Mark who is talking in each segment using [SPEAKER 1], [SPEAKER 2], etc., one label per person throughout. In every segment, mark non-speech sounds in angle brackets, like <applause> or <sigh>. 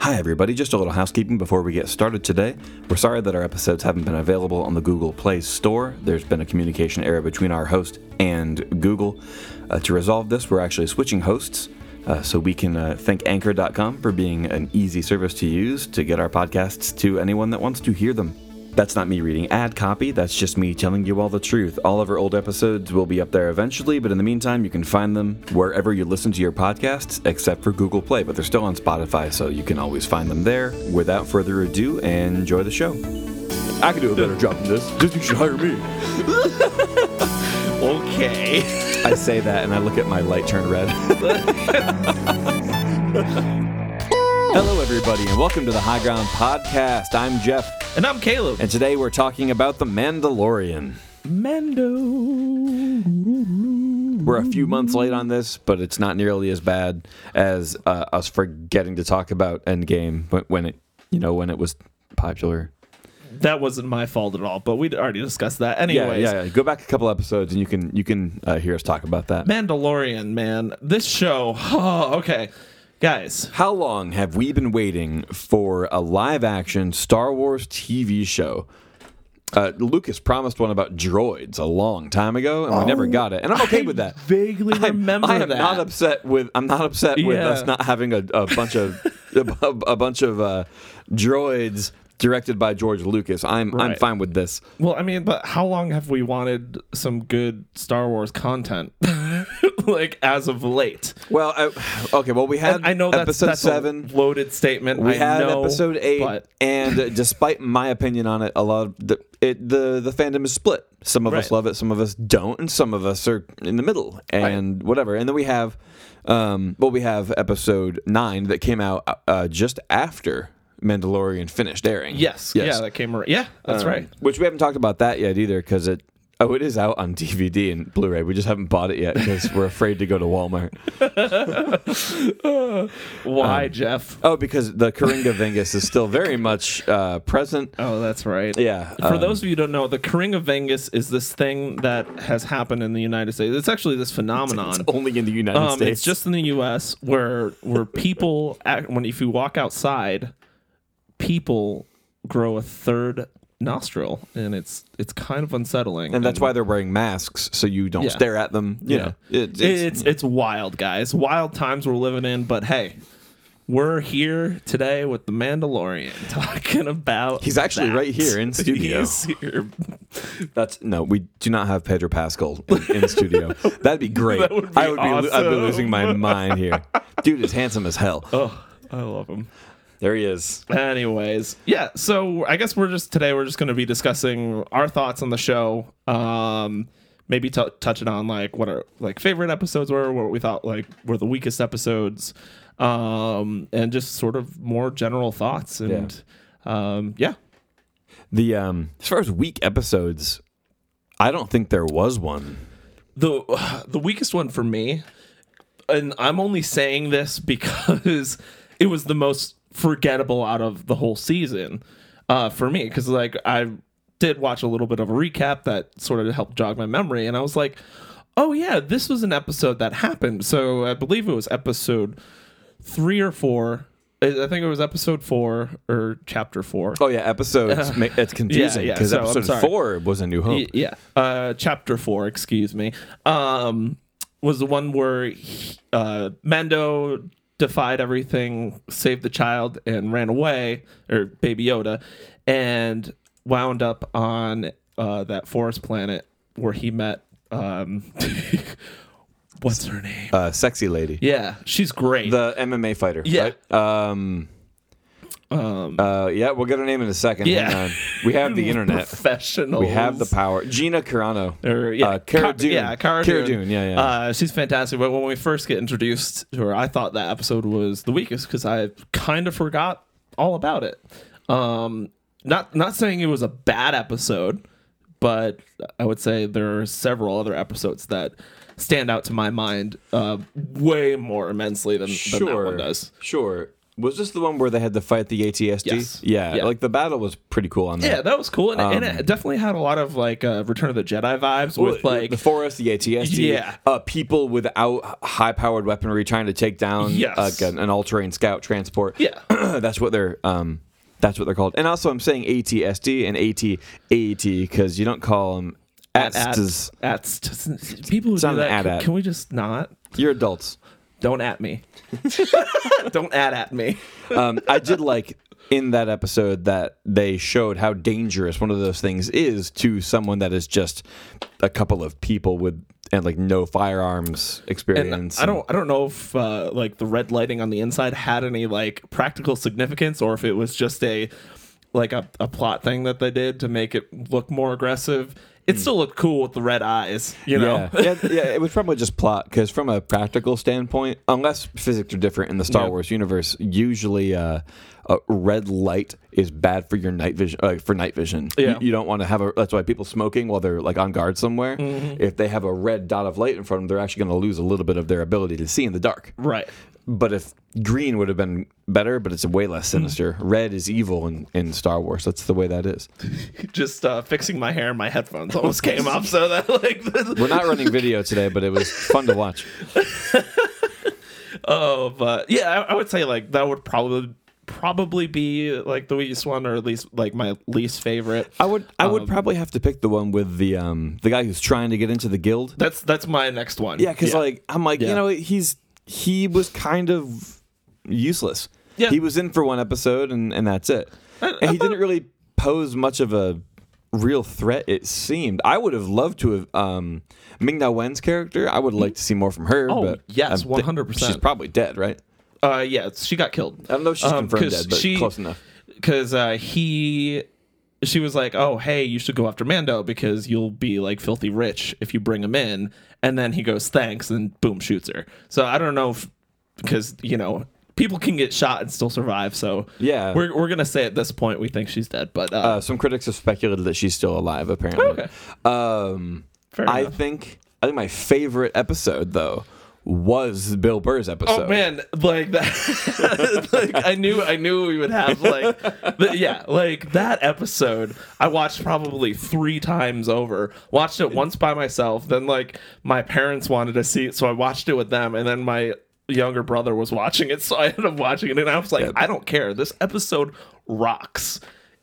[SPEAKER 1] Hi, everybody. Just a little housekeeping before we get started today. We're sorry that our episodes haven't been available on the Google Play Store. There's been a communication error between our host and Google. Uh, to resolve this, we're actually switching hosts. Uh, so we can uh, thank Anchor.com for being an easy service to use to get our podcasts to anyone that wants to hear them. That's not me reading ad copy, that's just me telling you all the truth. All of our old episodes will be up there eventually, but in the meantime, you can find them wherever you listen to your podcasts, except for Google Play, but they're still on Spotify, so you can always find them there. Without further ado, enjoy the show. I could do a better job than this. Disney should hire me.
[SPEAKER 2] Okay.
[SPEAKER 1] I say that and I look at my light turn <laughs> red. Hello, everybody, and welcome to the High Ground Podcast. I'm Jeff,
[SPEAKER 2] And I'm Caleb.
[SPEAKER 1] <laughs> and today we're talking about The Mandalorian.
[SPEAKER 2] Mando.
[SPEAKER 1] We're a few months late on this, but it's not nearly as bad as uh, us forgetting to talk about Endgame when, when it, you know, when it was popular.
[SPEAKER 2] That wasn't my fault at all, but we'd already discussed that. Anyways,
[SPEAKER 1] Yeah, yeah, yeah. Go back a couple episodes, and you can you can uh, hear us talk about that.
[SPEAKER 2] Mandalorian, man. This show. <laughs> Oh, okay. Guys,
[SPEAKER 1] How long have we been waiting for a live action Star Wars TV show? Uh, Lucas promised one about droids a long time ago, and we never got it. And I'm okay
[SPEAKER 2] Oh. I
[SPEAKER 1] with that.
[SPEAKER 2] vaguely
[SPEAKER 1] I'm-
[SPEAKER 2] remember
[SPEAKER 1] I am
[SPEAKER 2] that.
[SPEAKER 1] not upset with. I'm not upset with
[SPEAKER 2] Yeah.
[SPEAKER 1] us not having a, a bunch of <laughs> a, bu- a bunch of uh, droids directed by George Lucas. I'm I'm
[SPEAKER 2] Right.
[SPEAKER 1] fine with this.
[SPEAKER 2] well, I mean, but how long have we wanted some good Star Wars content? <laughs> like, as of late.
[SPEAKER 1] Well, I, okay. Well, we had
[SPEAKER 2] And I know that's,
[SPEAKER 1] episode
[SPEAKER 2] that's
[SPEAKER 1] seven.
[SPEAKER 2] a loaded statement.
[SPEAKER 1] We
[SPEAKER 2] I
[SPEAKER 1] had
[SPEAKER 2] know,
[SPEAKER 1] episode eight,
[SPEAKER 2] but-
[SPEAKER 1] and uh, despite my opinion on it, a lot of the it, the the fandom is split. Some of us
[SPEAKER 2] Right.
[SPEAKER 1] love it, some of us don't, and some of us are in the middle and whatever. And then we have, um, well, we have episode nine that came out uh, just after Mandalorian finished airing.
[SPEAKER 2] Yes, Yeah, that came right. Yeah, that's
[SPEAKER 1] Um,
[SPEAKER 2] right.
[SPEAKER 1] Which we haven't talked about that yet either, because it. Oh, it is out on <laughs> DVD and Blu-ray. We just haven't bought it yet because we're afraid to go to
[SPEAKER 2] <laughs>
[SPEAKER 1] Walmart.
[SPEAKER 2] Why, Jeff?
[SPEAKER 1] Oh, because the Coringa Vengus is still very much uh, present.
[SPEAKER 2] Oh, that's right.
[SPEAKER 1] Yeah.
[SPEAKER 2] For
[SPEAKER 1] um,
[SPEAKER 2] those of you who don't know, the Coringa Vengus is this thing that has happened in the United States. It's actually this phenomenon.
[SPEAKER 1] <laughs> only in the United
[SPEAKER 2] Um, it's just in the U.S. where where people act, when if you walk outside, people grow a third nostril, and it's it's kind of unsettling.
[SPEAKER 1] and that's why they're wearing masks so you don't
[SPEAKER 2] Yeah.
[SPEAKER 1] stare at them. You know,
[SPEAKER 2] it's, it's it's wild, guys. Wild times we're living in. But hey, we're here today with the Mandalorian <laughs> talking about.
[SPEAKER 1] He's actually
[SPEAKER 2] that.
[SPEAKER 1] right here
[SPEAKER 2] <laughs>
[SPEAKER 1] in studio.
[SPEAKER 2] He's here.
[SPEAKER 1] that's no, we do not have Pedro Pascal in, in studio. That'd be great.
[SPEAKER 2] <laughs> That would be
[SPEAKER 1] I would be, I'd be
[SPEAKER 2] awesome.
[SPEAKER 1] losing my mind
[SPEAKER 2] <laughs>
[SPEAKER 1] here. Dude is handsome as hell.
[SPEAKER 2] Oh, I love him.
[SPEAKER 1] There he is.
[SPEAKER 2] <laughs> Anyways, yeah. So I guess we're just today we're just going to be discussing our thoughts on the show. Um, maybe t- touching on like what our like favorite episodes were, what we thought like were the weakest episodes, um, and just sort of more general thoughts and um, yeah.
[SPEAKER 1] The um, as far as weak episodes, I don't think there was one.
[SPEAKER 2] the the <sighs> weakest one for me and i'm only saying this <laughs> because it was the most forgettable out of the whole season uh for me because like i did watch a little bit of a recap that sort of helped jog my memory and i was like oh yeah this was an episode that happened so i believe it was episode three or four i I think it was episode four or chapter four
[SPEAKER 1] Oh yeah,
[SPEAKER 2] <laughs>
[SPEAKER 1] episodes. <laughs> ma- it's confusing
[SPEAKER 2] yeah,
[SPEAKER 1] because
[SPEAKER 2] so I'm
[SPEAKER 1] episode
[SPEAKER 2] sorry.
[SPEAKER 1] four was a New Hope. <laughs>
[SPEAKER 2] Y- yeah uh chapter four excuse me um was the one where he- uh mando defied everything saved the child and ran away or baby yoda and wound up on uh that forest planet where he met um <laughs> what's her name
[SPEAKER 1] Uh, sexy lady,
[SPEAKER 2] yeah she's great
[SPEAKER 1] the MMA fighter.
[SPEAKER 2] Yeah.
[SPEAKER 1] right? Um.
[SPEAKER 2] um
[SPEAKER 1] Uh, yeah, we'll get her name in a second.
[SPEAKER 2] Yeah.
[SPEAKER 1] Hang on. We have
[SPEAKER 2] <laughs>
[SPEAKER 1] the internet.
[SPEAKER 2] professional
[SPEAKER 1] We have the power. Gina Carano.
[SPEAKER 2] or yeah,
[SPEAKER 1] Uh, Cara
[SPEAKER 2] Ca-
[SPEAKER 1] Dune.
[SPEAKER 2] Yeah, Cara,
[SPEAKER 1] Cara
[SPEAKER 2] Dune.
[SPEAKER 1] Dune, yeah, yeah.
[SPEAKER 2] Uh, she's fantastic. But when we first get introduced to her, I thought that episode was the weakest because I kind of forgot all about it. Um, not not saying it was a bad episode, but I would say there are several other episodes that stand out to my mind uh, way more immensely than, than that one does.
[SPEAKER 1] Sure. Was this the one where they had to fight the ATSD?
[SPEAKER 2] Yes.
[SPEAKER 1] Yeah,
[SPEAKER 2] Yeah.
[SPEAKER 1] like the battle was pretty cool on that.
[SPEAKER 2] Yeah, that was cool, and, and
[SPEAKER 1] Um,
[SPEAKER 2] it definitely had a lot of like uh, Return of the Jedi vibes with like
[SPEAKER 1] the forest, the ATSD,
[SPEAKER 2] Yeah.
[SPEAKER 1] uh, people without high-powered weaponry trying to take down
[SPEAKER 2] Yes.
[SPEAKER 1] like an, an all-terrain scout transport.
[SPEAKER 2] Yeah.
[SPEAKER 1] <clears throat> that's what they're um, that's what they're called. And also, I'm saying ATSD and AT because E you don't call them
[SPEAKER 2] at, at,
[SPEAKER 1] ATSTs.
[SPEAKER 2] at- <laughs> people who
[SPEAKER 1] It's not
[SPEAKER 2] do
[SPEAKER 1] an
[SPEAKER 2] that.
[SPEAKER 1] at-
[SPEAKER 2] can,
[SPEAKER 1] at.
[SPEAKER 2] can we just not?
[SPEAKER 1] You're adults.
[SPEAKER 2] Don't
[SPEAKER 1] <laughs>
[SPEAKER 2] at me. <laughs> Don't at at me.
[SPEAKER 1] um, I did like in that episode that they showed how dangerous one of those things is to someone that is just a couple of people with and like no firearms
[SPEAKER 2] And
[SPEAKER 1] experience.
[SPEAKER 2] I don't I don't know if uh, like the red lighting on the inside had any like practical significance or if it was just a like a, a plot thing that they did to make it look more aggressive. It still looked cool with the red eyes, you know.
[SPEAKER 1] Hmm. yeah. yeah, yeah, it was probably just plot because from a practical standpoint, unless physics are different in the Star
[SPEAKER 2] Yeah.
[SPEAKER 1] Wars universe, usually uh, a red light is bad for your night vision. Uh, for night vision, You-
[SPEAKER 2] Yeah.
[SPEAKER 1] you, don't want to have a. That's why people smoking while they're like on guard somewhere.
[SPEAKER 2] Mm-hmm.
[SPEAKER 1] If they have a red dot of light in front of them, they're actually going to lose a little bit of their ability to see in the dark.
[SPEAKER 2] <laughs> Right.
[SPEAKER 1] But if green would have been better, but it's way less
[SPEAKER 2] Mm.
[SPEAKER 1] sinister. Red is evil in, in Star Wars. That's the way that is.
[SPEAKER 2] Just uh, fixing my hair and my
[SPEAKER 1] <laughs>
[SPEAKER 2] headphones almost came off so that like <laughs>
[SPEAKER 1] We're not running video today, but it was fun to watch.
[SPEAKER 2] Oh, but yeah, I, I would say like that would probably probably be like the weakest one, or at least like my least favorite.
[SPEAKER 1] I would I
[SPEAKER 2] Um,
[SPEAKER 1] would probably have to pick the one with the um the guy who's trying to get into the guild.
[SPEAKER 2] That's that's my next one.
[SPEAKER 1] Yeah, because like I'm like you
[SPEAKER 2] Yeah.
[SPEAKER 1] know he's he was kind of useless.
[SPEAKER 2] Yeah.
[SPEAKER 1] he was in for one episode and and that's it. and he didn't really pose much of a real threat. It seemed I would have loved to have um Ming Na Wen's character. I would like to see more from her.
[SPEAKER 2] Oh,
[SPEAKER 1] but
[SPEAKER 2] yes,
[SPEAKER 1] I'm thi-
[SPEAKER 2] 100%.
[SPEAKER 1] She's probably dead, right?
[SPEAKER 2] uh, yeah, she got killed.
[SPEAKER 1] I don't know if she's
[SPEAKER 2] Um,
[SPEAKER 1] confirmed dead, but close enough.
[SPEAKER 2] Because uh, he, she was like, "Oh, hey, you should go after Mando because you'll be like filthy rich if you bring him in." And then he goes, "Thanks," and boom, shoots her. So I don't know if because you know. People can get shot and still survive, so
[SPEAKER 1] Yeah.
[SPEAKER 2] we're, we're gonna say at this point we think she's dead, but uh,
[SPEAKER 1] Uh, some critics have speculated that she's still alive. Apparently,
[SPEAKER 2] Okay.
[SPEAKER 1] um,
[SPEAKER 2] Fair
[SPEAKER 1] I
[SPEAKER 2] enough.
[SPEAKER 1] think I think my favorite episode though was Bill Burr's episode.
[SPEAKER 2] Oh man, like that. <laughs> like I knew, I knew we would have like, the, yeah, like that episode. I watched probably three times over. Watched it once by myself. Then like my parents wanted to see it, so I watched it with them. And then my younger brother was watching it, so I ended up watching it. And I was like, I don't care. This episode rocks.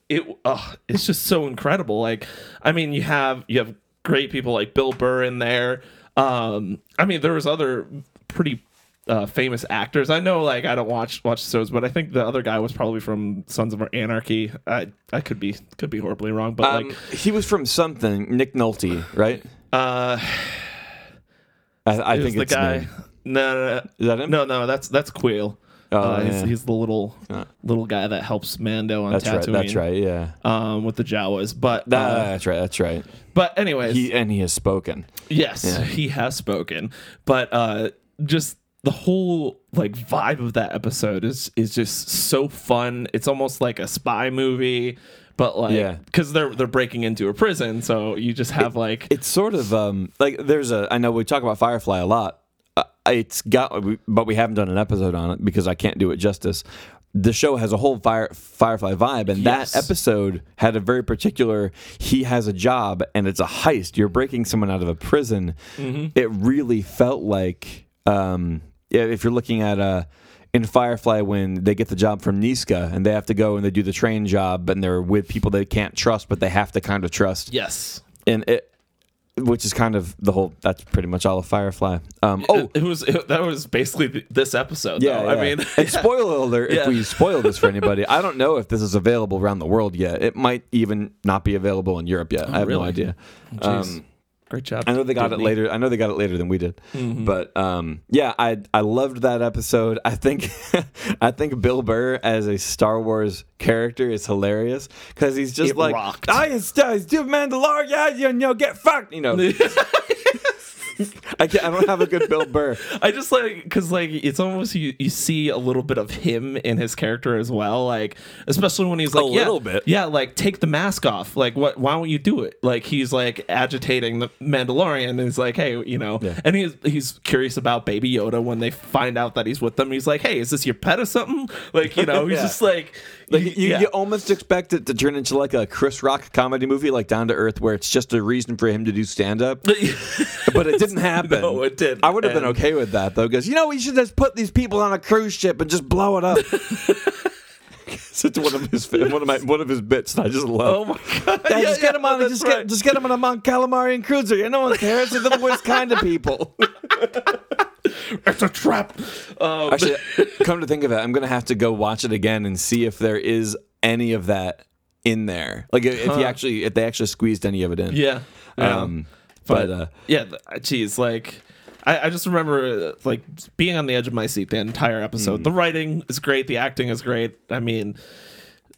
[SPEAKER 2] It, ugh, it's just so incredible. Like, I mean, you have you have great people like Bill Burr in there. Um, I mean, there was other pretty uh, famous actors. I know, like, I don't watch watch shows, but I think the other guy was probably from Sons of Anarchy. I I could be could be horribly wrong, but
[SPEAKER 1] Um,
[SPEAKER 2] like,
[SPEAKER 1] he was from something. Nick Nolte, right?
[SPEAKER 2] uh,
[SPEAKER 1] I, I
[SPEAKER 2] it was
[SPEAKER 1] think
[SPEAKER 2] the
[SPEAKER 1] it's
[SPEAKER 2] guy.
[SPEAKER 1] him.
[SPEAKER 2] No, no, no,
[SPEAKER 1] Is that him?
[SPEAKER 2] no, no, that's that's Quill.
[SPEAKER 1] Oh,
[SPEAKER 2] uh, he's,
[SPEAKER 1] yeah. Uh.
[SPEAKER 2] he's the little little guy that helps Mando on
[SPEAKER 1] That's
[SPEAKER 2] Tatooine.
[SPEAKER 1] right. That's right. Yeah.
[SPEAKER 2] Um, with the Jawas, but
[SPEAKER 1] That-
[SPEAKER 2] uh,
[SPEAKER 1] that's right. That's right.
[SPEAKER 2] but anyways,
[SPEAKER 1] He and he has spoken.
[SPEAKER 2] Yes, he has spoken. But uh just the whole like vibe of that episode is is just so fun. It's almost like a spy movie, but like
[SPEAKER 1] Yeah.
[SPEAKER 2] cuz they're they're breaking into a prison, so you just have like
[SPEAKER 1] It's sort of um like there's a I know we talk about Firefly a lot. Uh, it's got but we haven't done an episode on it because I can't do it justice. The show has a whole fire Firefly vibe, and
[SPEAKER 2] Yes.
[SPEAKER 1] that episode had a very particular. He has a job, and it's a heist. You're breaking someone out of a prison.
[SPEAKER 2] Mm-hmm.
[SPEAKER 1] It really felt like um yeah, if you're looking at a. In Firefly, when they get the job from Niska and they have to go and they do the train job and they're with people they can't trust, but they have to kind of trust
[SPEAKER 2] yes.
[SPEAKER 1] and it which is kind of the whole that's pretty much all of firefly um oh
[SPEAKER 2] It, it was it, that was basically th- this episode
[SPEAKER 1] yeah,
[SPEAKER 2] though.
[SPEAKER 1] yeah.
[SPEAKER 2] I mean
[SPEAKER 1] and spoiler alert if
[SPEAKER 2] <laughs> Yeah.
[SPEAKER 1] we spoil this
[SPEAKER 2] <laughs>
[SPEAKER 1] for anybody i don't know if this is available around the world yet it might even not be available in europe yet i have no
[SPEAKER 2] Oh, really?
[SPEAKER 1] idea Um,
[SPEAKER 2] Jeez. Um, great job.
[SPEAKER 1] I know they got
[SPEAKER 2] Disney.
[SPEAKER 1] it later. I know they got it later than we did.
[SPEAKER 2] Mm-hmm.
[SPEAKER 1] But um, yeah, I I loved that episode. I think <laughs> I think Bill Burr as a Star Wars character is hilarious because he's just
[SPEAKER 2] It
[SPEAKER 1] like
[SPEAKER 2] rocked. <laughs>
[SPEAKER 1] I is I is Mandalorian. You know, get fucked. You know. I I can't, I don't have a good Bill
[SPEAKER 2] <laughs>
[SPEAKER 1] Burr.
[SPEAKER 2] I just like because like it's almost you you see a little bit of him in his character as well, like especially when he's like yeah,
[SPEAKER 1] little bit.
[SPEAKER 2] yeah, like take the mask off, like what? Why won't you do it? Like he's like agitating the Mandalorian, and he's like, hey, you know, and he's he's curious about Baby Yoda when they find out that he's with them. He's like, hey, is this your pet or something? <laughs> Like you know,
[SPEAKER 1] <laughs>
[SPEAKER 2] he's
[SPEAKER 1] Yeah.
[SPEAKER 2] just like
[SPEAKER 1] Like you,
[SPEAKER 2] yeah. <laughs>
[SPEAKER 1] you almost expect it to turn into like a Chris Rock comedy movie, like Down to Earth, where it's just a reason for him to do stand up. But it
[SPEAKER 2] <laughs>
[SPEAKER 1] didn't happen.
[SPEAKER 2] No, it didn't.
[SPEAKER 1] I would have been
[SPEAKER 2] And-
[SPEAKER 1] okay with that though, because you know we should just put these people on a cruise ship and just blow
[SPEAKER 2] <laughs>
[SPEAKER 1] it up. it's one of his one of my one of his bits that I just love. <laughs>
[SPEAKER 2] Oh my god!
[SPEAKER 1] Yeah, just get
[SPEAKER 2] <laughs> yeah,
[SPEAKER 1] him on.
[SPEAKER 2] that's
[SPEAKER 1] just
[SPEAKER 2] right.
[SPEAKER 1] get just get him on a Mount Calamarian cruiser. You know, no one cares. They're the worst kind of
[SPEAKER 2] <laughs>
[SPEAKER 1] people.
[SPEAKER 2] it's a trap.
[SPEAKER 1] <laughs>
[SPEAKER 2] Um,
[SPEAKER 1] Actually, come to think of it, I'm gonna have to go watch it again and see if there is any of that in there. Like if if you actually if they actually squeezed any of it in.
[SPEAKER 2] yeah. yeah.
[SPEAKER 1] Um, but uh,
[SPEAKER 2] yeah th- geez like I, I just remember uh, like being on the edge of my seat the entire episode the writing is great the acting is great i mean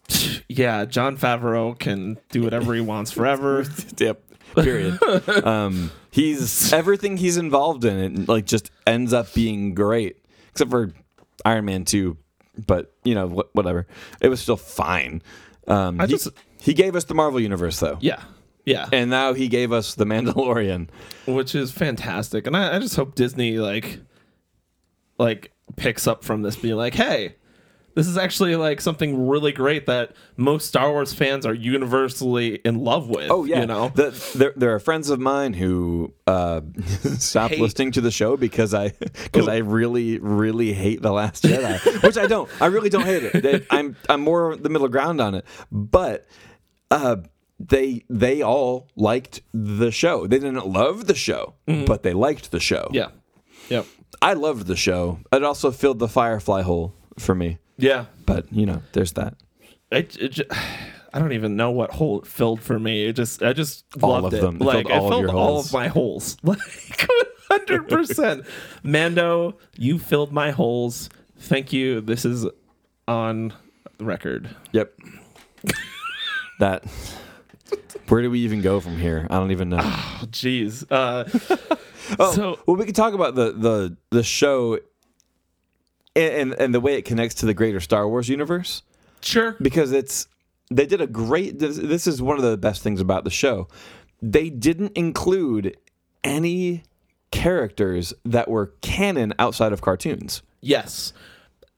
[SPEAKER 2] <sighs> yeah john favreau can do whatever he wants forever
[SPEAKER 1] yep.
[SPEAKER 2] <laughs>
[SPEAKER 1] Period. um, he's everything he's involved in. It like just ends up being great, except for Iron Man two. But you know, wh- whatever. It was still fine. Um, he,
[SPEAKER 2] just-
[SPEAKER 1] he gave us the Marvel universe though.
[SPEAKER 2] yeah yeah
[SPEAKER 1] and now he gave us the Mandalorian.
[SPEAKER 2] which is fantastic and I, I just hope disney like like picks up from this being like hey this is actually like something really great that most star wars fans are universally in love with you know
[SPEAKER 1] Oh, The- there, there are friends of mine who uh, <laughs> stopped
[SPEAKER 2] Hate. Oh.
[SPEAKER 1] listening to the show because I <laughs> because I really really hate the Last Jedi, which I don't. I really don't hate it. They- I'm I'm more the middle ground on it, but. Uh, they they all liked the show. They didn't love the show, but they liked the show.
[SPEAKER 2] Mm-hmm. yeah yep
[SPEAKER 1] I loved the show. It also filled the Firefly hole for me.
[SPEAKER 2] yeah
[SPEAKER 1] But you know, there's that.
[SPEAKER 2] it, it ju- <sighs> I don't even know what hole it filled for me. It just I just
[SPEAKER 1] All of
[SPEAKER 2] loved it.
[SPEAKER 1] them. It
[SPEAKER 2] Like
[SPEAKER 1] filled all
[SPEAKER 2] I
[SPEAKER 1] of
[SPEAKER 2] filled
[SPEAKER 1] your
[SPEAKER 2] all
[SPEAKER 1] holes.
[SPEAKER 2] of my holes. <laughs> Like hundred percent. Mando, you filled my holes. Thank you. This is on record.
[SPEAKER 1] Yep. that. Where do we even go from here? I don't even know.
[SPEAKER 2] Oh, jeez. Uh, so
[SPEAKER 1] Oh, well, we can talk about the the the show and, and and the way it connects to the greater Star Wars universe
[SPEAKER 2] sure.
[SPEAKER 1] because it's they did a great. This, this is one of the best things about the show. They didn't include any characters that were canon outside of cartoons.
[SPEAKER 2] Yes.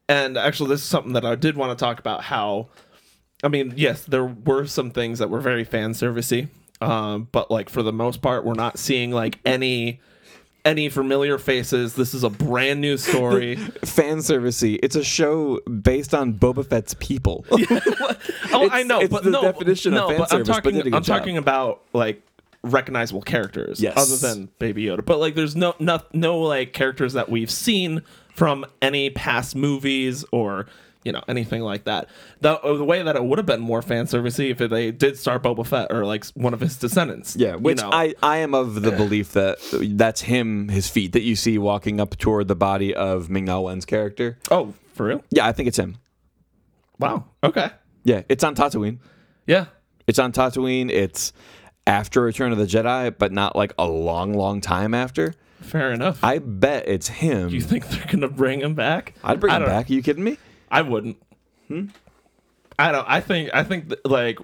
[SPEAKER 2] And actually, this is something that I did want to talk about. How, I mean, yes, there were some things that were very fan servicey, um, but like for the most part, we're not seeing like any any familiar faces. This is a brand new story.
[SPEAKER 1] Fan servicey. It's a show based on Boba Fett's people. <laughs>
[SPEAKER 2] oh, I
[SPEAKER 1] It's-
[SPEAKER 2] know,
[SPEAKER 1] it's
[SPEAKER 2] but
[SPEAKER 1] the
[SPEAKER 2] no,
[SPEAKER 1] definition of
[SPEAKER 2] no,
[SPEAKER 1] fan
[SPEAKER 2] but I'm
[SPEAKER 1] service, but
[SPEAKER 2] talking,
[SPEAKER 1] did a good
[SPEAKER 2] I'm
[SPEAKER 1] job.
[SPEAKER 2] talking about like recognizable characters,
[SPEAKER 1] Yes.
[SPEAKER 2] other than Baby Yoda. But like, there's no, no, no like characters that we've seen from any past movies or you know anything like that. The, the way that it would have been more fan servicey if they did star Boba Fett or like one of his descendants.
[SPEAKER 1] Yeah,
[SPEAKER 2] you
[SPEAKER 1] which
[SPEAKER 2] know?
[SPEAKER 1] I, I am of the belief that that's him, his feet that you see walking up toward the body of Ming Na Wen's character.
[SPEAKER 2] oh for real?
[SPEAKER 1] Yeah, I think it's him.
[SPEAKER 2] Wow. Okay.
[SPEAKER 1] Yeah, it's on Tatooine.
[SPEAKER 2] Yeah.
[SPEAKER 1] It's on Tatooine. It's after Return of the Jedi, but not like a long, long time after.
[SPEAKER 2] Fair enough.
[SPEAKER 1] I bet it's him.
[SPEAKER 2] you think they're gonna bring him back?
[SPEAKER 1] I'd bring
[SPEAKER 2] I
[SPEAKER 1] him
[SPEAKER 2] don't-
[SPEAKER 1] back. Are you kidding me?
[SPEAKER 2] I wouldn't. I don't. I think. I think th- like.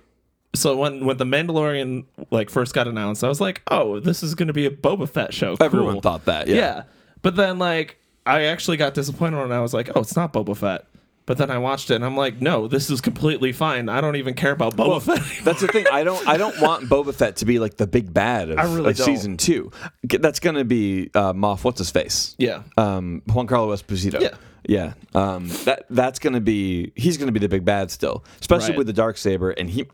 [SPEAKER 2] So when when the Mandalorian like first got announced, I was like, oh, this is gonna be a Boba Fett show. Cool.
[SPEAKER 1] Everyone thought that. Yeah.
[SPEAKER 2] Yeah. But then like I actually got disappointed when I was like, oh, it's not Boba Fett. But then I watched it and I'm like, no, this is completely fine. I don't even care about Boba
[SPEAKER 1] <laughs>
[SPEAKER 2] Fett. anymore.
[SPEAKER 1] That's the thing. I don't. I don't
[SPEAKER 2] <laughs>
[SPEAKER 1] want Boba Fett to be like the big bad of,
[SPEAKER 2] I really
[SPEAKER 1] of
[SPEAKER 2] don't.
[SPEAKER 1] season two. That's gonna be uh, Moff. What's his face?
[SPEAKER 2] Yeah.
[SPEAKER 1] um, Juan Carlos Esposito.
[SPEAKER 2] Yeah.
[SPEAKER 1] Yeah. Um, that that's gonna be he's gonna be the big bad still, especially
[SPEAKER 2] Right.
[SPEAKER 1] with the dark saber, and he,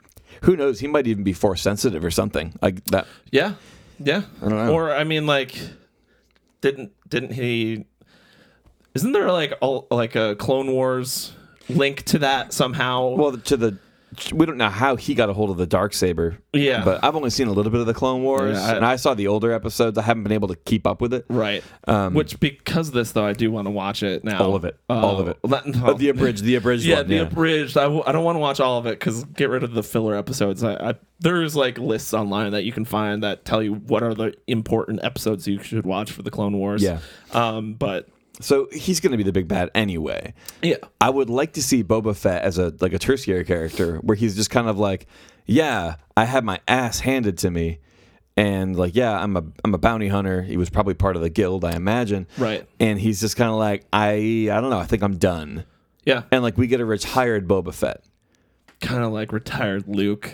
[SPEAKER 1] who knows, he might even be force sensitive or something like that.
[SPEAKER 2] Yeah, yeah.
[SPEAKER 1] don't know.
[SPEAKER 2] Or I mean, like, didn't didn't he? Isn't there like a, like a Clone Wars link to that somehow?
[SPEAKER 1] Well, to the we don't know how he got a hold of the dark saber.
[SPEAKER 2] Yeah.
[SPEAKER 1] But I've only seen a little bit of the Clone Wars,
[SPEAKER 2] Yeah, I-
[SPEAKER 1] and I saw the older episodes. I haven't been able to keep up with it.
[SPEAKER 2] Right.
[SPEAKER 1] Um,
[SPEAKER 2] Which because of this though, I do want to watch it now. Oh,
[SPEAKER 1] All of it. All of it.
[SPEAKER 2] that-
[SPEAKER 1] Uh, the abridged, the abridged
[SPEAKER 2] yeah,
[SPEAKER 1] one.
[SPEAKER 2] the
[SPEAKER 1] yeah.
[SPEAKER 2] abridged. I, w- I don't want to watch all of it because get rid of the filler episodes. I, I there's like lists online that you can find that tell you what are the important episodes you should watch for the Clone Wars.
[SPEAKER 1] Yeah.
[SPEAKER 2] Um. But
[SPEAKER 1] so he's going to be the big bad anyway.
[SPEAKER 2] yeah.
[SPEAKER 1] I would like to see Boba Fett as a like a tertiary character where he's just kind of like, yeah, I had my ass handed to me, and like, yeah, I'm a I'm a bounty hunter. He was probably part of the guild, I imagine.
[SPEAKER 2] Right.
[SPEAKER 1] And he's just kind of like, I I don't know. I think I'm done.
[SPEAKER 2] Yeah.
[SPEAKER 1] And like, we get a retired Boba Fett.
[SPEAKER 2] Kind of like retired Luke.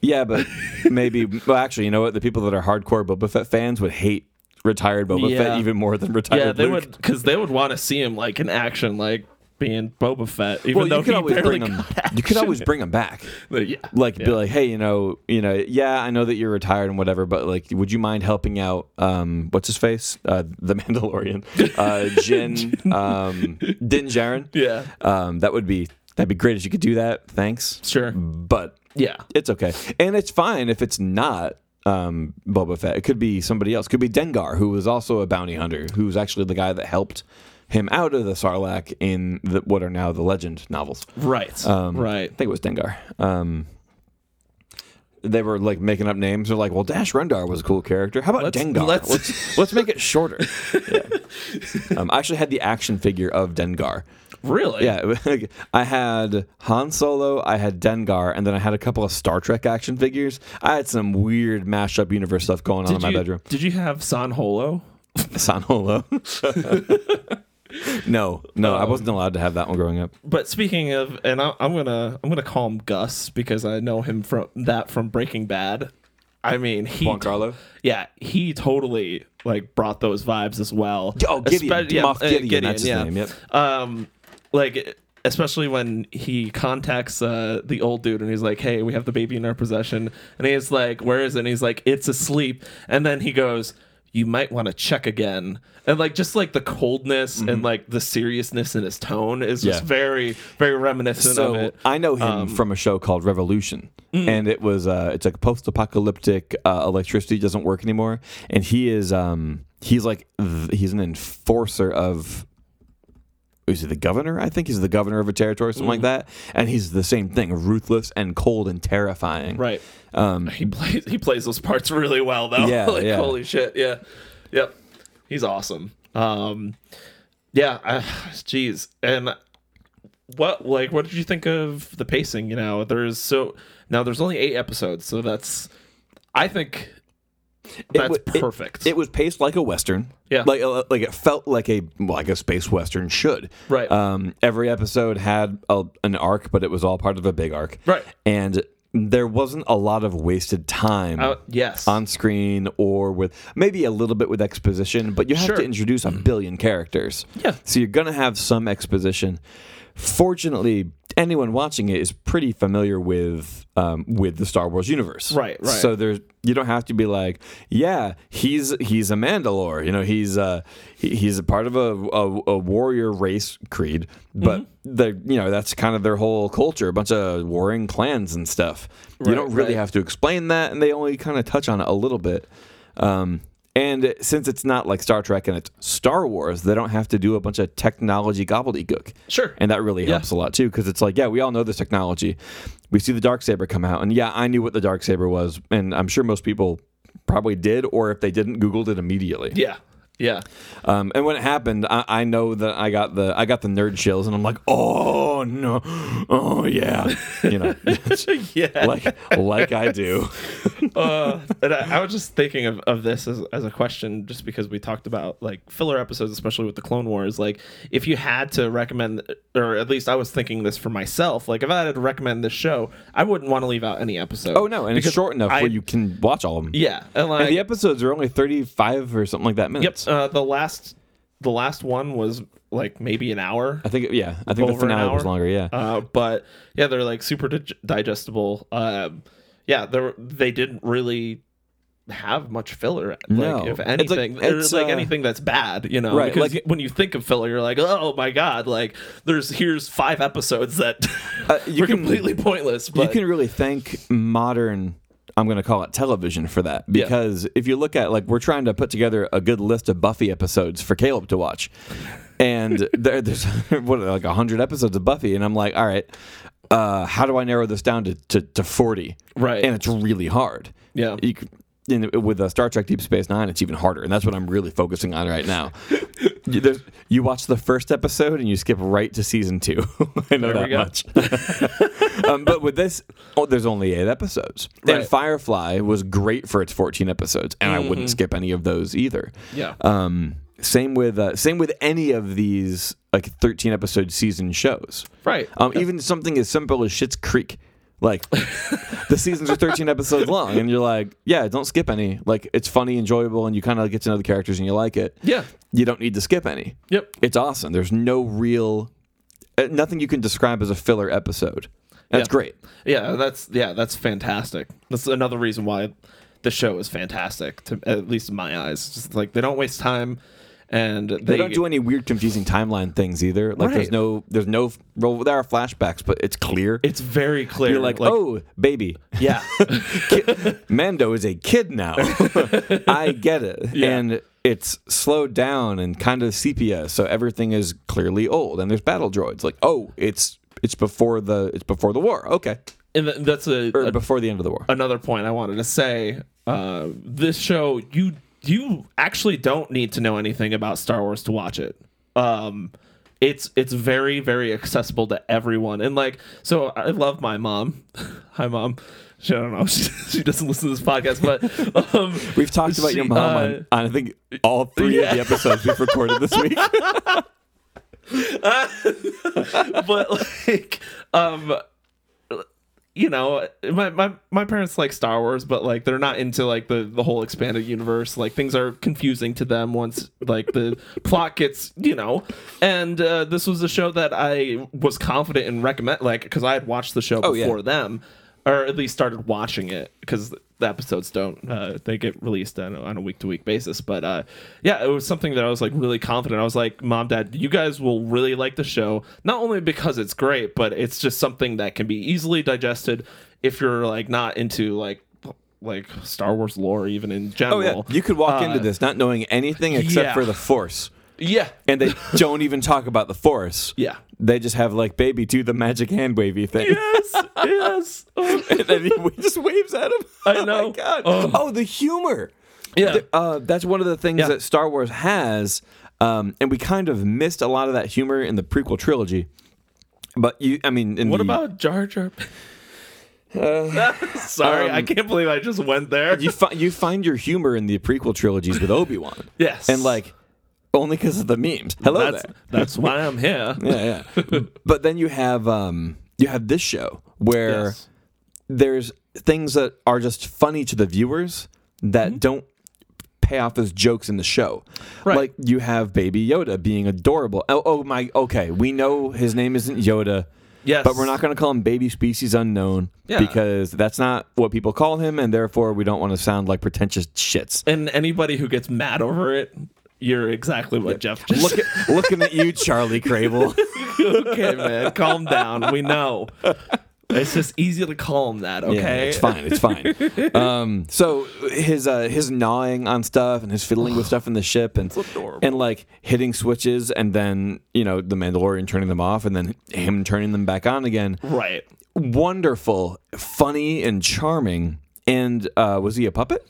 [SPEAKER 1] Yeah, but maybe. Well, actually, you know what? The people that are hardcore Boba Fett fans would hate retired Boba
[SPEAKER 2] Yeah.
[SPEAKER 1] Fett even more than retired
[SPEAKER 2] yeah. They
[SPEAKER 1] Luke.
[SPEAKER 2] would because they would want to see him like in action, like being Boba Fett. Even
[SPEAKER 1] well,
[SPEAKER 2] though
[SPEAKER 1] you could
[SPEAKER 2] he
[SPEAKER 1] always
[SPEAKER 2] barely
[SPEAKER 1] bring them.
[SPEAKER 2] got
[SPEAKER 1] You could always
[SPEAKER 2] action.
[SPEAKER 1] bring them back.
[SPEAKER 2] But <laughs> yeah.
[SPEAKER 1] like
[SPEAKER 2] yeah.
[SPEAKER 1] be like hey you know you know yeah i know that you're retired and whatever but like would you mind helping out um what's his face uh the <laughs> mandalorian uh
[SPEAKER 2] <laughs>
[SPEAKER 1] jin um din Djarin.
[SPEAKER 2] Yeah.
[SPEAKER 1] um that would be that'd be great if you could do that thanks
[SPEAKER 2] Sure.
[SPEAKER 1] but
[SPEAKER 2] Yeah.
[SPEAKER 1] it's okay and it's fine if it's not um boba fett it could be somebody else could be dengar who was also a bounty hunter who was actually the guy that helped him out of the sarlacc in the, what are now the legend novels
[SPEAKER 2] Right. right.
[SPEAKER 1] I think it was Dengar. Um, they were like making up names. They're like, well, Dash Rendar was a cool character. How about
[SPEAKER 2] Let's-
[SPEAKER 1] Dengar?
[SPEAKER 2] let's-
[SPEAKER 1] Let's, let's make it
[SPEAKER 2] <laughs>
[SPEAKER 1] shorter. Yeah. Um, I actually had the action figure of Dengar.
[SPEAKER 2] Really?
[SPEAKER 1] Yeah, <laughs> like, I had Han Solo, I had Dengar, and then I had a couple of Star Trek action figures. I had some weird mashup universe stuff going on in my
[SPEAKER 2] you,
[SPEAKER 1] bedroom. <laughs>
[SPEAKER 2] Did you have San Holo?
[SPEAKER 1] San Holo. <laughs> no, no, I wasn't allowed to have that one growing up.
[SPEAKER 2] But speaking of, and I, I'm gonna I'm gonna call him Gus because I know him from that from Breaking Bad. I mean, he
[SPEAKER 1] Juan Carlo?
[SPEAKER 2] Yeah, he totally like brought those vibes as well.
[SPEAKER 1] Oh, Gideon.
[SPEAKER 2] Espe-
[SPEAKER 1] Moff
[SPEAKER 2] uh,
[SPEAKER 1] Gideon, that's his
[SPEAKER 2] yeah.
[SPEAKER 1] name, yep.
[SPEAKER 2] Um, like especially when he contacts uh, the old dude and he's like, "Hey, we have the baby in our possession," and he's like, "Where is it?" And he's like, "It's asleep." And then he goes. You might want to check again, and like just like the coldness and like the seriousness in his tone is just
[SPEAKER 1] Mm-hmm. Yeah.
[SPEAKER 2] very, very reminiscent
[SPEAKER 1] so
[SPEAKER 2] of it. Um, Mm-hmm.
[SPEAKER 1] I know him from a show called Revolution, and it was uh, it's like a post-apocalyptic uh, electricity doesn't work anymore, and he is um he's like th- he's an enforcer of. Is he the governor? I think he's the governor of a territory, something like
[SPEAKER 2] Mm-hmm.
[SPEAKER 1] that. And he's the same thing, ruthless and cold and terrifying.
[SPEAKER 2] Right. he plays he plays those parts really well though.
[SPEAKER 1] Um, Yeah,
[SPEAKER 2] <laughs> like
[SPEAKER 1] yeah.
[SPEAKER 2] holy shit. Yeah. Yep. He's awesome. Um yeah, I- <sighs> jeez. and what like what did you think of the pacing, you know? There's so now there's only 8 episodes, so that's I think that's
[SPEAKER 1] wa- it-
[SPEAKER 2] perfect.
[SPEAKER 1] It was paced like a western.
[SPEAKER 2] Yeah.
[SPEAKER 1] Like uh, like it felt like a well, like a space western should.
[SPEAKER 2] Right.
[SPEAKER 1] Um. Every episode had a, an arc, but it was all part of a big arc.
[SPEAKER 2] Right.
[SPEAKER 1] And there wasn't a lot of wasted time.
[SPEAKER 2] Uh, yes.
[SPEAKER 1] on screen or with maybe a little bit with exposition, but you have
[SPEAKER 2] Sure. Mm.
[SPEAKER 1] to introduce a billion characters.
[SPEAKER 2] Yeah.
[SPEAKER 1] So you're going to have some exposition. Fortunately, anyone watching it is pretty familiar with um, with the Star Wars universe.
[SPEAKER 2] Right, right.
[SPEAKER 1] So there's you don't have to be like, yeah, he's he's a Mandalore. You know, he's uh he, he's a part of a, a, a warrior race creed, but
[SPEAKER 2] Mm-hmm.
[SPEAKER 1] the you know that's kind of their whole culture, a bunch of warring clans and stuff. you
[SPEAKER 2] Right,
[SPEAKER 1] don't really
[SPEAKER 2] right.
[SPEAKER 1] have to explain that, and they only kind of touch on it a little bit. Um, and since it's not like Star Trek and it's Star Wars, they don't have to do a bunch of technology gobbledygook.
[SPEAKER 2] Sure.
[SPEAKER 1] And that really helps a lot too, because it's like, yeah, we all know this technology. We see the dark saber come out, and yeah, I knew what the dark saber was, and I'm sure most people probably did, or if they didn't, googled it immediately.
[SPEAKER 2] yeah. <laughs> Yeah.
[SPEAKER 1] Um, and when it happened, I, I know that I got the I got the nerd chills, and I'm like, oh no, oh yeah, you know, <laughs>
[SPEAKER 2] <laughs> Yeah.
[SPEAKER 1] like like I do.
[SPEAKER 2] uh, and I, I was just thinking of, of this as, as a question just because we talked about like filler episodes especially with the clone wars like if you had to recommend or at least i was thinking this for myself like if i had to recommend this show i wouldn't want to leave out any episode
[SPEAKER 1] Oh no, and it's short enough
[SPEAKER 2] I-
[SPEAKER 1] where you can watch all of them.
[SPEAKER 2] yeah and like
[SPEAKER 1] And the episodes are only 35 or something like that
[SPEAKER 2] yep
[SPEAKER 1] minutes.
[SPEAKER 2] uh, the last the last one was like maybe an hour
[SPEAKER 1] I think yeah, I think the
[SPEAKER 2] Over an
[SPEAKER 1] finale was
[SPEAKER 2] hour?
[SPEAKER 1] longer, yeah.
[SPEAKER 2] uh, but yeah, they're like super dig- digestible. Um, yeah, they were- they didn't really have much filler. Like,
[SPEAKER 1] No.
[SPEAKER 2] if
[SPEAKER 1] It's like-
[SPEAKER 2] anything, or,
[SPEAKER 1] it's,
[SPEAKER 2] like
[SPEAKER 1] uh,
[SPEAKER 2] anything that's bad, you know.
[SPEAKER 1] Right,
[SPEAKER 2] Because
[SPEAKER 1] like-
[SPEAKER 2] when you think of filler, you're like, oh my god, like there's here's five episodes that <laughs>
[SPEAKER 1] Uh, you
[SPEAKER 2] are
[SPEAKER 1] can-
[SPEAKER 2] completely pointless. But
[SPEAKER 1] you can really thank modern i'm going to call it television for that
[SPEAKER 2] Yeah.
[SPEAKER 1] because if you look at like we're trying to put together a good list of buffy episodes for caleb to watch
[SPEAKER 2] <laughs>
[SPEAKER 1] and there, there's <laughs> what are there, like 100 episodes of buffy and i'm like all right uh, how do i narrow this down to, to, to 40
[SPEAKER 2] Right.
[SPEAKER 1] and it's really hard
[SPEAKER 2] Yeah.
[SPEAKER 1] you c- and with uh, Star Trek Deep Space Nine, it's even harder, and that's what I'm really focusing on right
[SPEAKER 2] <laughs>
[SPEAKER 1] now. you, there's- you watch the first episode and you skip right to season two. <laughs> I know that
[SPEAKER 2] There we go.
[SPEAKER 1] much um, but with this, oh, there's only eight episodes. And
[SPEAKER 2] Right. Mm-hmm.
[SPEAKER 1] Firefly was great for its 14 episodes, and I wouldn't skip any of those either.
[SPEAKER 2] Yeah.
[SPEAKER 1] Um, same with uh, same with any of these like 13 episode season shows.
[SPEAKER 2] Right.
[SPEAKER 1] Um, even something as simple as Shit's Creek.
[SPEAKER 2] <laughs>
[SPEAKER 1] Like the seasons are 13 episodes long, and you're like, yeah, don't skip any. Like it's funny, enjoyable, and you kind of get to know the characters and you like it.
[SPEAKER 2] Yeah.
[SPEAKER 1] You don't need to skip any.
[SPEAKER 2] Yep.
[SPEAKER 1] It's awesome. There's no real, uh, nothing you can describe as a filler episode. That's
[SPEAKER 2] Yeah.
[SPEAKER 1] great.
[SPEAKER 2] Yeah, that's yeah, that's fantastic. That's another reason why the show is fantastic, to, at least in my eyes. It's Just like they don't waste time, and they,
[SPEAKER 1] They, don't do any weird, confusing timeline things either. Like there's
[SPEAKER 2] Right.
[SPEAKER 1] no, there's no. Well, there are flashbacks, but it's clear.
[SPEAKER 2] It's very clear.
[SPEAKER 1] You're like, oh, baby, <laughs>
[SPEAKER 2] yeah,
[SPEAKER 1] Mando is a kid
[SPEAKER 2] <laughs>
[SPEAKER 1] now. I get it,
[SPEAKER 2] Yeah.
[SPEAKER 1] and it's slowed down and kind of sepia, so everything is clearly old. And there's battle droids. Like, oh, it's it's before the it's before the war. Okay,
[SPEAKER 2] <laughs> and th- that's a,
[SPEAKER 1] or
[SPEAKER 2] a-
[SPEAKER 1] before the end of the war.
[SPEAKER 2] another point I wanted to say. Uh, this show, you you actually don't need to know anything about Star Wars to watch it. Um, it's it's very very accessible to everyone, and like so, I love my mom. <laughs> Hi, mom. She, I don't know. <laughs> She, she doesn't listen to this podcast, but <laughs> um,
[SPEAKER 1] We've talked about your
[SPEAKER 2] she,
[SPEAKER 1] mom
[SPEAKER 2] uh,
[SPEAKER 1] on, on I think all three
[SPEAKER 2] yeah.
[SPEAKER 1] of the episodes we've recorded this
[SPEAKER 2] <laughs>
[SPEAKER 1] week.
[SPEAKER 2] but <laughs> like um you know my, my my parents like star wars but like they're not into like the the whole expanded universe like things are confusing to them once like the <laughs> plot gets you know and uh, this was a show that i was confident in recommend like because i had watched the show
[SPEAKER 1] Oh, yeah.
[SPEAKER 2] before them or at least started watching it because the episodes don't uh, they get released on, a- on a week-to-week basis but uh, yeah it was something that i was like really confident i was like mom dad you guys will really like the show not only because it's great but it's just something that can be easily digested if you're like not into like like star wars lore even in
[SPEAKER 1] Oh
[SPEAKER 2] general
[SPEAKER 1] yeah, you could walk
[SPEAKER 2] Uh,
[SPEAKER 1] into this not knowing anything except
[SPEAKER 2] yeah.
[SPEAKER 1] for the Force,
[SPEAKER 2] yeah
[SPEAKER 1] and
[SPEAKER 2] <laughs>
[SPEAKER 1] they don't even talk about the Force.
[SPEAKER 2] yeah
[SPEAKER 1] They just have like baby do the magic hand wavy thing,
[SPEAKER 2] yes yes Oh,
[SPEAKER 1] <laughs> and then he wa- just waves at him.
[SPEAKER 2] I
[SPEAKER 1] <laughs> Oh
[SPEAKER 2] know.
[SPEAKER 1] my god!
[SPEAKER 2] Oh.
[SPEAKER 1] Oh, the humor.
[SPEAKER 2] yeah
[SPEAKER 1] Th- Uh, that's one of the things
[SPEAKER 2] Yeah.
[SPEAKER 1] that Star Wars has, um, and we kind of missed a lot of that humor in the prequel trilogy. But you, I mean, in
[SPEAKER 2] what
[SPEAKER 1] the-
[SPEAKER 2] about jar jar <laughs> sorry i
[SPEAKER 1] Uh, um,
[SPEAKER 2] can't believe i just went there
[SPEAKER 1] you? Fi- you find your humor in the prequel trilogies with Obi
[SPEAKER 2] <laughs>
[SPEAKER 1] Wan.
[SPEAKER 2] yes
[SPEAKER 1] and like only because of the memes. Hello
[SPEAKER 2] that's
[SPEAKER 1] there.
[SPEAKER 2] <laughs> that's why I'm here.
[SPEAKER 1] <laughs> Yeah,
[SPEAKER 2] <laughs>
[SPEAKER 1] yeah. but then you have um you have this show where
[SPEAKER 2] Yes.
[SPEAKER 1] there's things that are just funny to the viewers that don't pay off as jokes in the show.
[SPEAKER 2] Mm-hmm. Right.
[SPEAKER 1] Like you have Baby Yoda being adorable. Oh, oh my okay, we know his name isn't Yoda.
[SPEAKER 2] Yes.
[SPEAKER 1] But we're <laughs> not going to call him baby species unknown
[SPEAKER 2] Yeah.
[SPEAKER 1] because that's not what people call him, and therefore we don't want to sound like pretentious
[SPEAKER 2] <laughs>
[SPEAKER 1] shits.
[SPEAKER 2] And anybody who gets mad over it, you're exactly what Jeff just
[SPEAKER 1] Look at, looking at you, Charlie Crable. <laughs>
[SPEAKER 2] okay, man. <laughs> Calm down. We know. It's just easy to calm that, okay?
[SPEAKER 1] Yeah, it's fine. It's
[SPEAKER 2] <laughs>
[SPEAKER 1] fine. um, so his uh, his gnawing on stuff and his fiddling with stuff in the ship and
[SPEAKER 2] adorable.
[SPEAKER 1] and like hitting switches and then you know the Mandalorian turning them off and then him turning them back on again.
[SPEAKER 2] Right.
[SPEAKER 1] Wonderful, funny, and charming. And uh, was he a puppet?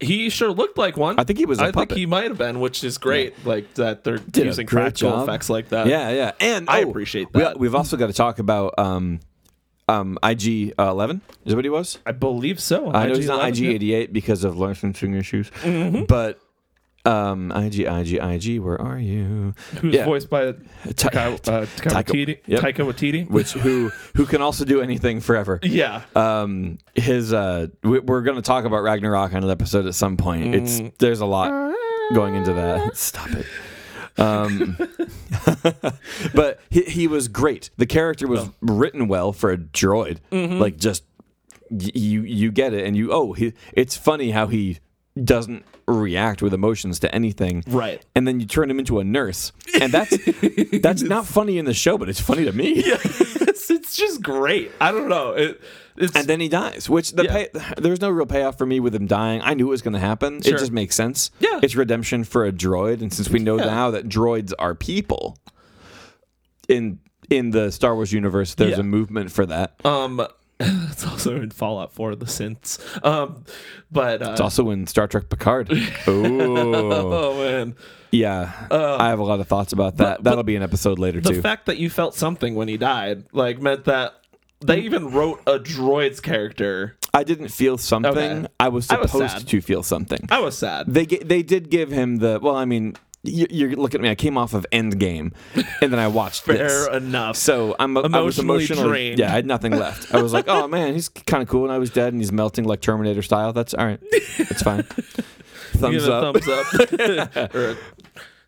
[SPEAKER 2] He sure looked like one.
[SPEAKER 1] I think he was a
[SPEAKER 2] I think
[SPEAKER 1] puppet.
[SPEAKER 2] he might have been, which is great. Like that they're
[SPEAKER 1] Did a
[SPEAKER 2] using
[SPEAKER 1] great
[SPEAKER 2] practical
[SPEAKER 1] job.
[SPEAKER 2] effects like that.
[SPEAKER 1] Yeah, yeah. And
[SPEAKER 2] Uh, I
[SPEAKER 1] oh,
[SPEAKER 2] appreciate
[SPEAKER 1] we-
[SPEAKER 2] that.
[SPEAKER 1] we've also got to talk about um, um, IG uh, eleven. Is that what he was?
[SPEAKER 2] I believe so.
[SPEAKER 1] I know he's not
[SPEAKER 2] IG11, yeah.
[SPEAKER 1] IG88 because of licensing issues, but um, IG, IG, IG, where are you?
[SPEAKER 2] Who's
[SPEAKER 1] yeah.
[SPEAKER 2] voiced by Taika, uh, Taika
[SPEAKER 1] Taika-
[SPEAKER 2] Waititi.
[SPEAKER 1] yep.
[SPEAKER 2] Taika Waititi.
[SPEAKER 1] Which who who can also do anything forever.
[SPEAKER 2] yeah.
[SPEAKER 1] Um, his uh, we, we're going to talk about Ragnarok on an episode at some point. It's there's a lot going into that. <laughs> Stop it. Um, <laughs> but he, he was great. The character was written well for a droid, like just y- you you get it and you oh he, it's funny how he doesn't react with emotions to anything
[SPEAKER 2] Right.
[SPEAKER 1] and then you turn him into a nurse and that's that's not funny in the show but it's funny to me
[SPEAKER 2] <laughs> it's, it's just great. I don't know. It, it's
[SPEAKER 1] and then he dies which the
[SPEAKER 2] Yeah.
[SPEAKER 1] pay, there's no real payoff for me with him dying i knew it was going to happen
[SPEAKER 2] Sure.
[SPEAKER 1] it just makes sense
[SPEAKER 2] Yeah.
[SPEAKER 1] it's redemption for a droid and since we know
[SPEAKER 2] Yeah.
[SPEAKER 1] now that droids are people in in the star wars universe there's
[SPEAKER 2] Yeah.
[SPEAKER 1] a movement for that
[SPEAKER 2] um, <laughs> it's also in Fallout 4, the synths. Um, but uh,
[SPEAKER 1] it's also in star trek
[SPEAKER 2] <laughs>
[SPEAKER 1] picard oh
[SPEAKER 2] oh man,
[SPEAKER 1] Yeah, I have a lot of thoughts about that. That'll be an episode later
[SPEAKER 2] Uh, the
[SPEAKER 1] too.
[SPEAKER 2] fact that you felt something when he died, like, meant that they
[SPEAKER 1] Mm.
[SPEAKER 2] even wrote a droid's character.
[SPEAKER 1] I didn't feel something.
[SPEAKER 2] Okay.
[SPEAKER 1] I was
[SPEAKER 2] I was
[SPEAKER 1] supposed
[SPEAKER 2] sad.
[SPEAKER 1] to feel something.
[SPEAKER 2] I was sad.
[SPEAKER 1] They ge- they did give him the well. I mean, you, you're looking at me. I came off of Endgame, and then I watched this.
[SPEAKER 2] <laughs> Fair enough.
[SPEAKER 1] So I'm I was
[SPEAKER 2] Emotionally
[SPEAKER 1] emotionally
[SPEAKER 2] drained.
[SPEAKER 1] Yeah, I had nothing left. I was like,
[SPEAKER 2] <laughs>
[SPEAKER 1] oh man, he's kind of cool, and I was dead, and he's melting like Terminator style. That's all right. It's fine.
[SPEAKER 2] <laughs> Give
[SPEAKER 1] Thumbs
[SPEAKER 2] it a
[SPEAKER 1] up.
[SPEAKER 2] thumbs
[SPEAKER 1] <laughs>
[SPEAKER 2] up. <laughs> or a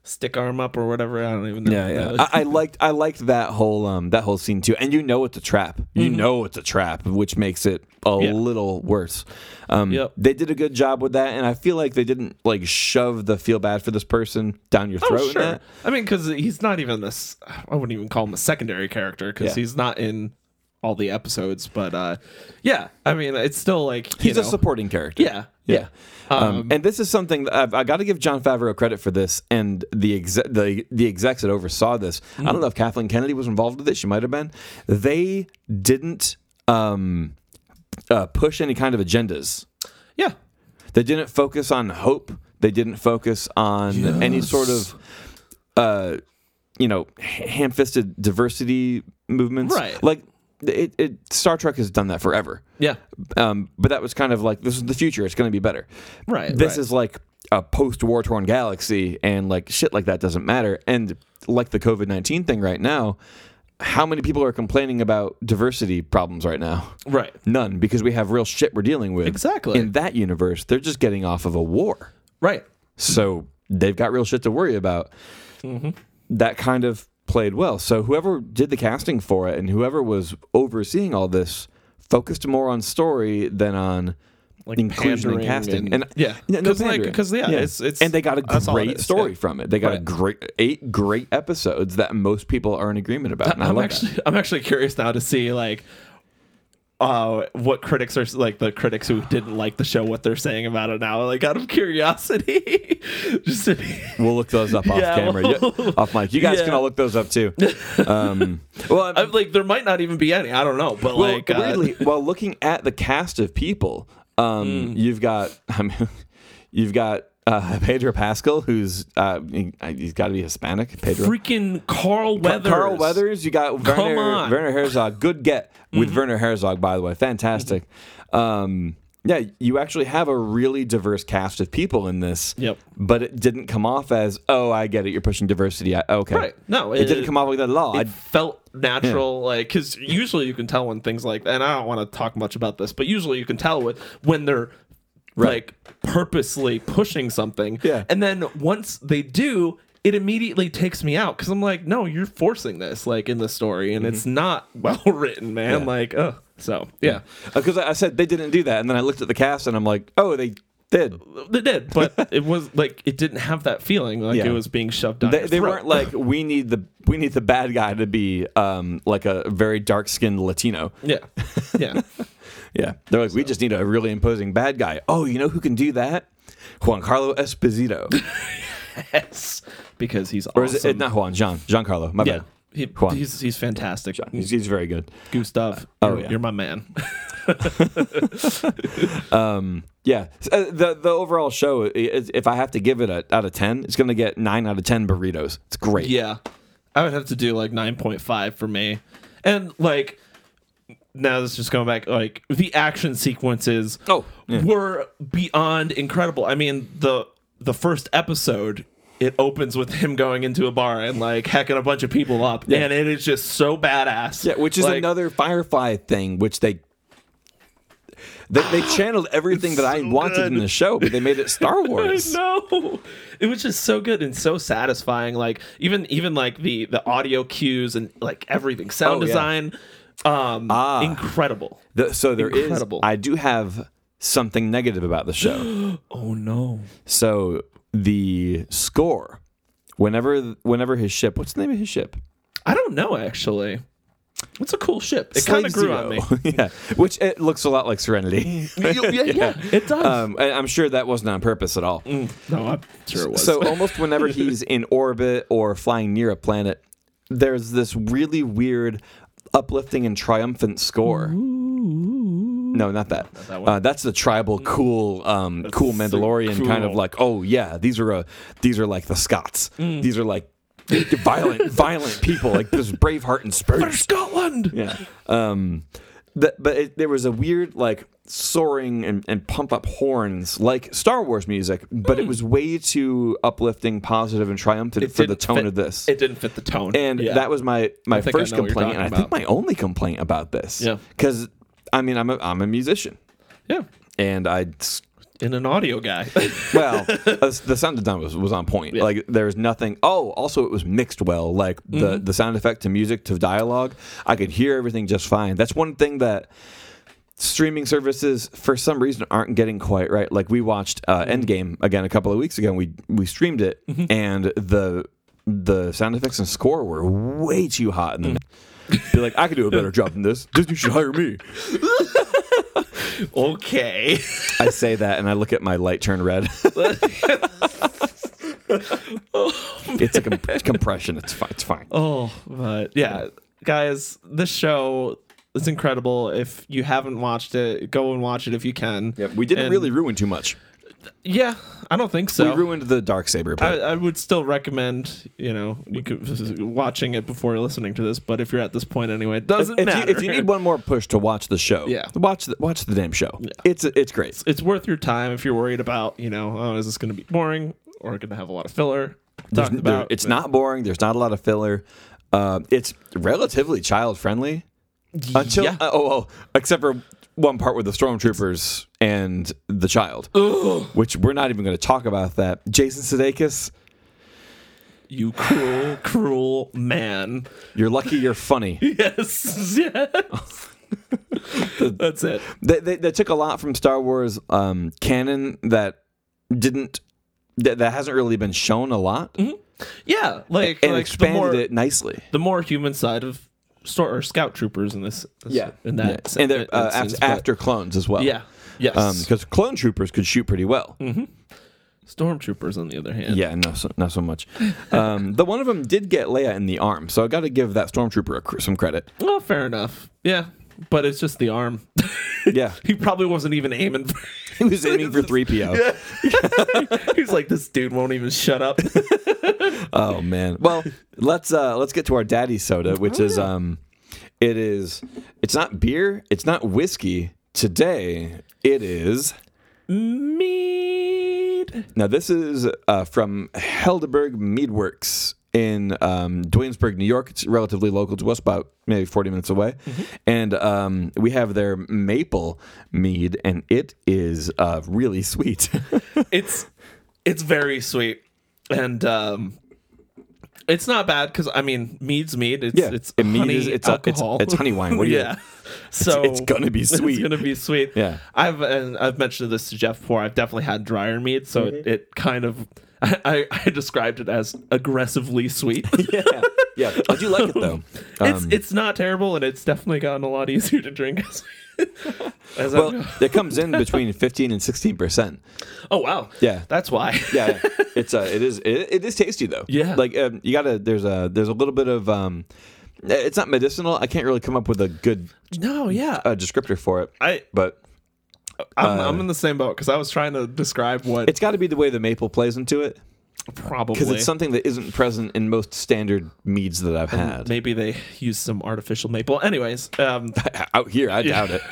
[SPEAKER 2] stick arm up or whatever. I don't even know. Uh,
[SPEAKER 1] Yeah, yeah. I, I liked I liked that whole um that whole scene too. And you know it's a trap. You know it's a trap, which makes it a
[SPEAKER 2] Mm-hmm. Yeah.
[SPEAKER 1] little worse. Um
[SPEAKER 2] Yep.
[SPEAKER 1] they did a good job with that and I feel like they didn't like shove the feel bad for this person down your throat
[SPEAKER 2] Oh,
[SPEAKER 1] in
[SPEAKER 2] sure.
[SPEAKER 1] that.
[SPEAKER 2] I mean, because he's not even this. I wouldn't even call him a secondary character because
[SPEAKER 1] Yeah.
[SPEAKER 2] he's not in all the episodes. But uh, yeah, I mean, it's still like you
[SPEAKER 1] He's a
[SPEAKER 2] know,
[SPEAKER 1] supporting character.
[SPEAKER 2] Yeah,
[SPEAKER 1] Yeah.
[SPEAKER 2] yeah,
[SPEAKER 1] Um, and this is something that I've, I got to give John Favreau credit for this, and the exe- the the execs that oversaw this. I
[SPEAKER 2] Mm-hmm.
[SPEAKER 1] don't know if Kathleen Kennedy was involved with it. She might have been. They didn't um, uh, push any kind of agendas.
[SPEAKER 2] yeah.
[SPEAKER 1] They didn't focus on hope. They didn't focus on any sort of, uh, you know, ham-fisted diversity movements.
[SPEAKER 2] Right.
[SPEAKER 1] Like, it, it Star Trek has done that forever.
[SPEAKER 2] Yeah,
[SPEAKER 1] Um, but that was kind of like this is the future. It's going to be better.
[SPEAKER 2] Right,
[SPEAKER 1] This
[SPEAKER 2] right.
[SPEAKER 1] is like a post-war torn galaxy, and like shit like that doesn't matter. And like the COVID nineteen thing right now, how many people are complaining about diversity problems right now?
[SPEAKER 2] right.
[SPEAKER 1] None, because we have real shit we're dealing with.
[SPEAKER 2] Exactly.
[SPEAKER 1] In that universe, they're just getting off of a war.
[SPEAKER 2] Right.
[SPEAKER 1] So they've got real shit to worry about.
[SPEAKER 2] Mm-hmm.
[SPEAKER 1] That kind of played well. So whoever did the casting for it and whoever was overseeing all this focused more on story than on
[SPEAKER 2] Like
[SPEAKER 1] inclusion and
[SPEAKER 2] pandering
[SPEAKER 1] casting.
[SPEAKER 2] and-
[SPEAKER 1] And,
[SPEAKER 2] yeah.
[SPEAKER 1] no,
[SPEAKER 2] 'Cause, like,
[SPEAKER 1] pandering.
[SPEAKER 2] 'cause, yeah, it's- it's-
[SPEAKER 1] and they got a
[SPEAKER 2] that's all it
[SPEAKER 1] great
[SPEAKER 2] is,
[SPEAKER 1] story
[SPEAKER 2] yeah.
[SPEAKER 1] from it. They got a
[SPEAKER 2] Right.
[SPEAKER 1] great eight great episodes that most people are in agreement about. And I
[SPEAKER 2] <laughs> I'm
[SPEAKER 1] love
[SPEAKER 2] actually
[SPEAKER 1] that.
[SPEAKER 2] I'm actually curious now to see like uh what critics are like the critics who didn't like the show what they're saying about it now like out of curiosity <laughs> just to be-
[SPEAKER 1] We'll look those up off
[SPEAKER 2] <laughs> Yeah,
[SPEAKER 1] camera,
[SPEAKER 2] we'll-
[SPEAKER 1] You- off mic. You guys
[SPEAKER 2] <laughs> Yeah.
[SPEAKER 1] can all look those up too.
[SPEAKER 2] <laughs>
[SPEAKER 1] Um, well, I-
[SPEAKER 2] I'm like there might not even be any I don't know but
[SPEAKER 1] Well,
[SPEAKER 2] like uh,
[SPEAKER 1] weirdly, while looking at the cast of people, um,
[SPEAKER 2] Hmm.
[SPEAKER 1] you've got <laughs> I mean, you've got uh, Pedro Pascal, who's uh, he, has got to be Hispanic. Pedro
[SPEAKER 2] freaking Carl Weathers
[SPEAKER 1] Carl Weathers. You got Werner,
[SPEAKER 2] on. Mm-hmm.
[SPEAKER 1] Werner Herzog. Good get with Werner Herzog, by the way. Fantastic. Um, yeah, you actually have a really diverse cast of people in this.
[SPEAKER 2] Yep.
[SPEAKER 1] But it didn't come off as, oh, I get it. You're pushing diversity. I, okay.
[SPEAKER 2] Right. No,
[SPEAKER 1] it,
[SPEAKER 2] it-
[SPEAKER 1] didn't come off like that at all.
[SPEAKER 2] it
[SPEAKER 1] I-
[SPEAKER 2] felt natural like because usually you can tell when things like and i don't want to talk much about this but usually you can tell with when they're like purposely pushing something
[SPEAKER 1] Yeah.
[SPEAKER 2] and then once they do it immediately takes me out because i'm like no you're forcing this like in the story and it's not <laughs> well written man
[SPEAKER 1] Mm-hmm. Yeah.
[SPEAKER 2] like oh so yeah
[SPEAKER 1] Because Uh, I I said they didn't do that, and then I looked at the cast, and I'm like, oh, they did.
[SPEAKER 2] they did
[SPEAKER 1] <laughs>
[SPEAKER 2] but it was like it didn't have that feeling like
[SPEAKER 1] Yeah.
[SPEAKER 2] it was being shoved down
[SPEAKER 1] They,
[SPEAKER 2] your
[SPEAKER 1] they
[SPEAKER 2] throat.
[SPEAKER 1] weren't like we need the we need the bad guy to be um, like a very dark skinned Latino. <laughs>
[SPEAKER 2] yeah yeah
[SPEAKER 1] Yeah, they're like we just need a really imposing bad guy. Oh, you know who can do that? Juan Carlo Esposito,
[SPEAKER 2] yes because he's
[SPEAKER 1] or is it-
[SPEAKER 2] awesome.
[SPEAKER 1] not Juan? John Giancarlo. My
[SPEAKER 2] yeah
[SPEAKER 1] bad.
[SPEAKER 2] he,
[SPEAKER 1] Juan.
[SPEAKER 2] he's he's fantastic
[SPEAKER 1] He's, he's very good.
[SPEAKER 2] Gustav,
[SPEAKER 1] oh,
[SPEAKER 2] you're,
[SPEAKER 1] yeah.
[SPEAKER 2] you're my man.
[SPEAKER 1] Yeah, S- uh, the the overall show. i- is- If I have to give it a out of ten, it's gonna get nine out of ten burritos. It's great.
[SPEAKER 2] yeah. I would have to do like 9.5 for me. And like, now this is just going back, like, the action sequences
[SPEAKER 1] Oh, yeah.
[SPEAKER 2] were beyond incredible. I mean, the the first episode. It opens with him going into a bar and like hacking a bunch of people up, and it is just so badass.
[SPEAKER 1] Yeah, which is
[SPEAKER 2] Like,
[SPEAKER 1] another Firefly thing, which they they,
[SPEAKER 2] <gasps>
[SPEAKER 1] they channeled everything that I
[SPEAKER 2] so
[SPEAKER 1] wanted in
[SPEAKER 2] good.
[SPEAKER 1] the show, but they made it Star
[SPEAKER 2] <laughs> <laughs> I
[SPEAKER 1] Wars.
[SPEAKER 2] know. It was just so good and so satisfying. Like even even like the the audio cues and like everything, sound
[SPEAKER 1] Oh, yeah.
[SPEAKER 2] design, Um,
[SPEAKER 1] Ah.
[SPEAKER 2] incredible.
[SPEAKER 1] The- so there is.
[SPEAKER 2] Incredible.
[SPEAKER 1] I do have something negative about the
[SPEAKER 2] <gasps>
[SPEAKER 1] show.
[SPEAKER 2] Oh no.
[SPEAKER 1] so the score, whenever whenever his ship, what's the name of his ship?
[SPEAKER 2] I don't know actually. It's a cool ship. It kind of
[SPEAKER 1] Slave
[SPEAKER 2] grew
[SPEAKER 1] Zero. <laughs>
[SPEAKER 2] on me.
[SPEAKER 1] yeah, which it looks a lot like Serenity.
[SPEAKER 2] <laughs> yeah, <laughs> yeah, Uh, it does.
[SPEAKER 1] um, and I'm sure that wasn't on purpose at all.
[SPEAKER 2] no, I'm sure it was. <laughs>
[SPEAKER 1] So almost whenever he's in orbit or flying near a planet, there's this really weird uplifting and triumphant score. No, not that.
[SPEAKER 2] that one.
[SPEAKER 1] uh, that's the tribal cool, um, cool
[SPEAKER 2] so
[SPEAKER 1] Mandalorian kind of
[SPEAKER 2] cool.
[SPEAKER 1] like, oh yeah, these are a, these are like the Scots.
[SPEAKER 2] Mm.
[SPEAKER 1] These are like <laughs> violent, violent people. Like there's Braveheart and Spurgeon.
[SPEAKER 2] Scotland.
[SPEAKER 1] Yeah. <laughs> Um, th- but it, there was a weird like soaring and, and pump up horns like Star Wars music, but it was way too uplifting, positive, and triumphant
[SPEAKER 2] Hmm. It
[SPEAKER 1] for the
[SPEAKER 2] didn't
[SPEAKER 1] tone
[SPEAKER 2] fit-
[SPEAKER 1] of this.
[SPEAKER 2] It didn't fit the tone.
[SPEAKER 1] and
[SPEAKER 2] Yeah.
[SPEAKER 1] that was my my
[SPEAKER 2] think I
[SPEAKER 1] first
[SPEAKER 2] know what you're
[SPEAKER 1] complaint, and I
[SPEAKER 2] talking
[SPEAKER 1] think my only complaint about this.
[SPEAKER 2] Yeah.
[SPEAKER 1] Because I mean, I'm a, I'm a musician,
[SPEAKER 2] yeah,
[SPEAKER 1] and I s-
[SPEAKER 2] in an audio guy. <laughs>
[SPEAKER 1] well, uh, the sound design was, was on point. Like there was nothing. Oh, also it was mixed well. Like the the sound effect to music to dialogue, I could hear everything just fine. That's one thing that streaming services for some reason aren't getting quite right. Like we watched uh, Endgame again a couple of weeks ago. And we we streamed it, and the the sound effects and score were way too hot in the. Be like, I could do a better job than this. Disney should hire me.
[SPEAKER 2] okay.
[SPEAKER 1] I say that, and I look at my light turn red. <laughs> it's a comp- it's compression. It's fine. It's fine.
[SPEAKER 2] <laughs> Oh, but yeah, guys, this show is incredible. If you haven't watched it, go and watch it if you can.
[SPEAKER 1] We didn't
[SPEAKER 2] And-
[SPEAKER 1] really ruin too much.
[SPEAKER 2] Yeah, I don't think
[SPEAKER 1] We
[SPEAKER 2] so.
[SPEAKER 1] ruined the dark saber.
[SPEAKER 2] I, I would still recommend you know you could, watching it before listening to this, but if you're at this point anyway, it doesn't
[SPEAKER 1] if, you,
[SPEAKER 2] matter.
[SPEAKER 1] if you need one more push to watch the show,
[SPEAKER 2] Yeah.
[SPEAKER 1] watch the watch the damn show. It's it's great.
[SPEAKER 2] it's worth your time if you're worried about you know oh is this going to be boring or going to have a lot of filler.
[SPEAKER 1] There's-
[SPEAKER 2] Talked
[SPEAKER 1] there-
[SPEAKER 2] about
[SPEAKER 1] it's not boring. There's not a lot of filler. Uh, it's relatively child friendly until
[SPEAKER 2] Yeah.
[SPEAKER 1] uh, oh well, except for one part with the stormtroopers and the child, which we're not even going to talk about. That Jason Sudeikis.
[SPEAKER 2] you cruel, cruel man.
[SPEAKER 1] You're lucky you're funny.
[SPEAKER 2] Yes, <laughs> yes. <laughs> That's it.
[SPEAKER 1] they, they, they took a lot from Star Wars um, canon that didn't that, that hasn't really been shown a lot
[SPEAKER 2] Yeah, Mm-hmm. like
[SPEAKER 1] and
[SPEAKER 2] like
[SPEAKER 1] expanded
[SPEAKER 2] the more,
[SPEAKER 1] it nicely.
[SPEAKER 2] The more human side of stor- or scout troopers in this, this in that,
[SPEAKER 1] Yeah. and they're uh,
[SPEAKER 2] instance,
[SPEAKER 1] after,
[SPEAKER 2] but-
[SPEAKER 1] after Um, clones as well.
[SPEAKER 2] yeah, yes,
[SPEAKER 1] because clone troopers could shoot pretty well.
[SPEAKER 2] stormtroopers on the other hand,
[SPEAKER 1] Yeah, no, so, not so much. Um, the one of them did get Leia in the arm, so I got to give that stormtrooper a, cr- some credit.
[SPEAKER 2] well, Oh, fair enough, yeah, but it's just the arm.
[SPEAKER 1] <laughs> Yeah,
[SPEAKER 2] he probably wasn't even aiming. For-
[SPEAKER 1] he was aiming for three <laughs> PO.
[SPEAKER 2] <laughs> He's like, this dude won't even shut up. <laughs>
[SPEAKER 1] Oh man. Well, let's uh let's get to our daddy soda, which is um it is it's not beer, it's not whiskey. Today it is
[SPEAKER 2] Mead.
[SPEAKER 1] now this is uh from Helderberg Meadworks in um Dwaynesburg, New York. It's relatively local to us, about maybe 40 minutes away.
[SPEAKER 2] Mm-hmm.
[SPEAKER 1] And um we have their maple mead and it is uh really sweet. <laughs>
[SPEAKER 2] It's it's very sweet, and um, it's not bad because I mean, mead's mead. It's it's
[SPEAKER 1] And mead
[SPEAKER 2] honey
[SPEAKER 1] is- it's a- it's-
[SPEAKER 2] alcohol.
[SPEAKER 1] it's honey wine. What do you-
[SPEAKER 2] <laughs> yeah. So
[SPEAKER 1] <laughs> it's gonna be sweet.
[SPEAKER 2] <laughs> It's gonna be sweet.
[SPEAKER 1] Yeah.
[SPEAKER 2] I've and I've mentioned this to Jeff before. I've definitely had drier mead, so it, it kind of I, I, I described it as aggressively
[SPEAKER 1] <laughs>
[SPEAKER 2] sweet.
[SPEAKER 1] yeah. Yeah. I do like it
[SPEAKER 2] <laughs>
[SPEAKER 1] though. Um,
[SPEAKER 2] it's it's not terrible, and it's definitely gotten a lot easier to drink. <laughs> As, as I've <laughs>
[SPEAKER 1] well, it comes in between 15 and 16%.
[SPEAKER 2] Oh wow.
[SPEAKER 1] Yeah.
[SPEAKER 2] That's why. <laughs>
[SPEAKER 1] yeah, yeah. it's uh, it is it, it is tasty though.
[SPEAKER 2] Yeah.
[SPEAKER 1] like um, you gotta there's a there's a little bit of um, it's not medicinal. I can't really come up with a good
[SPEAKER 2] No, yeah.
[SPEAKER 1] uh, descriptor for it,
[SPEAKER 2] I
[SPEAKER 1] but
[SPEAKER 2] I'm,
[SPEAKER 1] Uh,
[SPEAKER 2] I'm in the same boat cuz I was trying to describe what
[SPEAKER 1] it's got to be the way the maple plays into it
[SPEAKER 2] probably
[SPEAKER 1] because it's something that isn't present in most standard meads that I've had.
[SPEAKER 2] maybe they use some artificial maple. Anyways, um
[SPEAKER 1] <laughs>
[SPEAKER 2] <laughs>
[SPEAKER 1] Out here, I doubt it.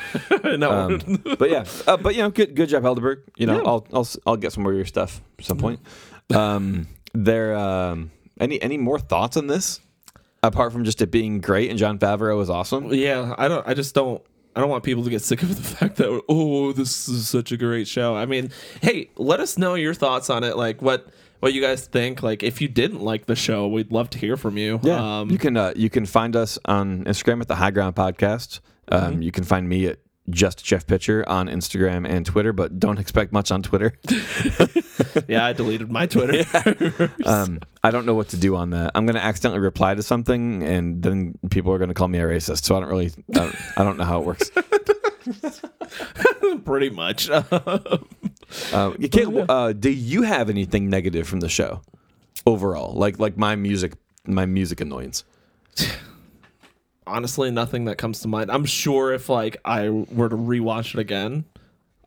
[SPEAKER 2] no.
[SPEAKER 1] Um, But yeah, uh, but you know, good good job, Helderberg. You know,
[SPEAKER 2] Yeah.
[SPEAKER 1] I'll, I'll s- I'll get some more of your stuff at some point. Um, there um, any any more thoughts on this apart from just it being great and John Favreau is awesome.
[SPEAKER 2] yeah, I don't I just don't I don't want people to get sick of the <laughs> fact that oh, this is such a great show. I mean, hey, let us know your thoughts on it like what what you guys think. Like, if you didn't like the show, we'd love to hear from you.
[SPEAKER 1] Yeah,
[SPEAKER 2] Um,
[SPEAKER 1] you can uh, you can find us on Instagram at the High Ground Podcast. Um, You can find me at just Jeff Pitcher on Instagram and Twitter, but don't expect much on Twitter.
[SPEAKER 2] yeah, <laughs> I deleted my Twitter.
[SPEAKER 1] Um, I don't know what to do on that. I'm going to accidentally reply to something, and then people are going to call me a racist. So I don't really, I don't, I don't know how it works.
[SPEAKER 2] Pretty much.
[SPEAKER 1] Uh, Caleb, uh, do you have anything negative from the show overall? Like like my music, my music annoyance.
[SPEAKER 2] Honestly, nothing that comes to mind. I'm sure if like I were to rewatch it again,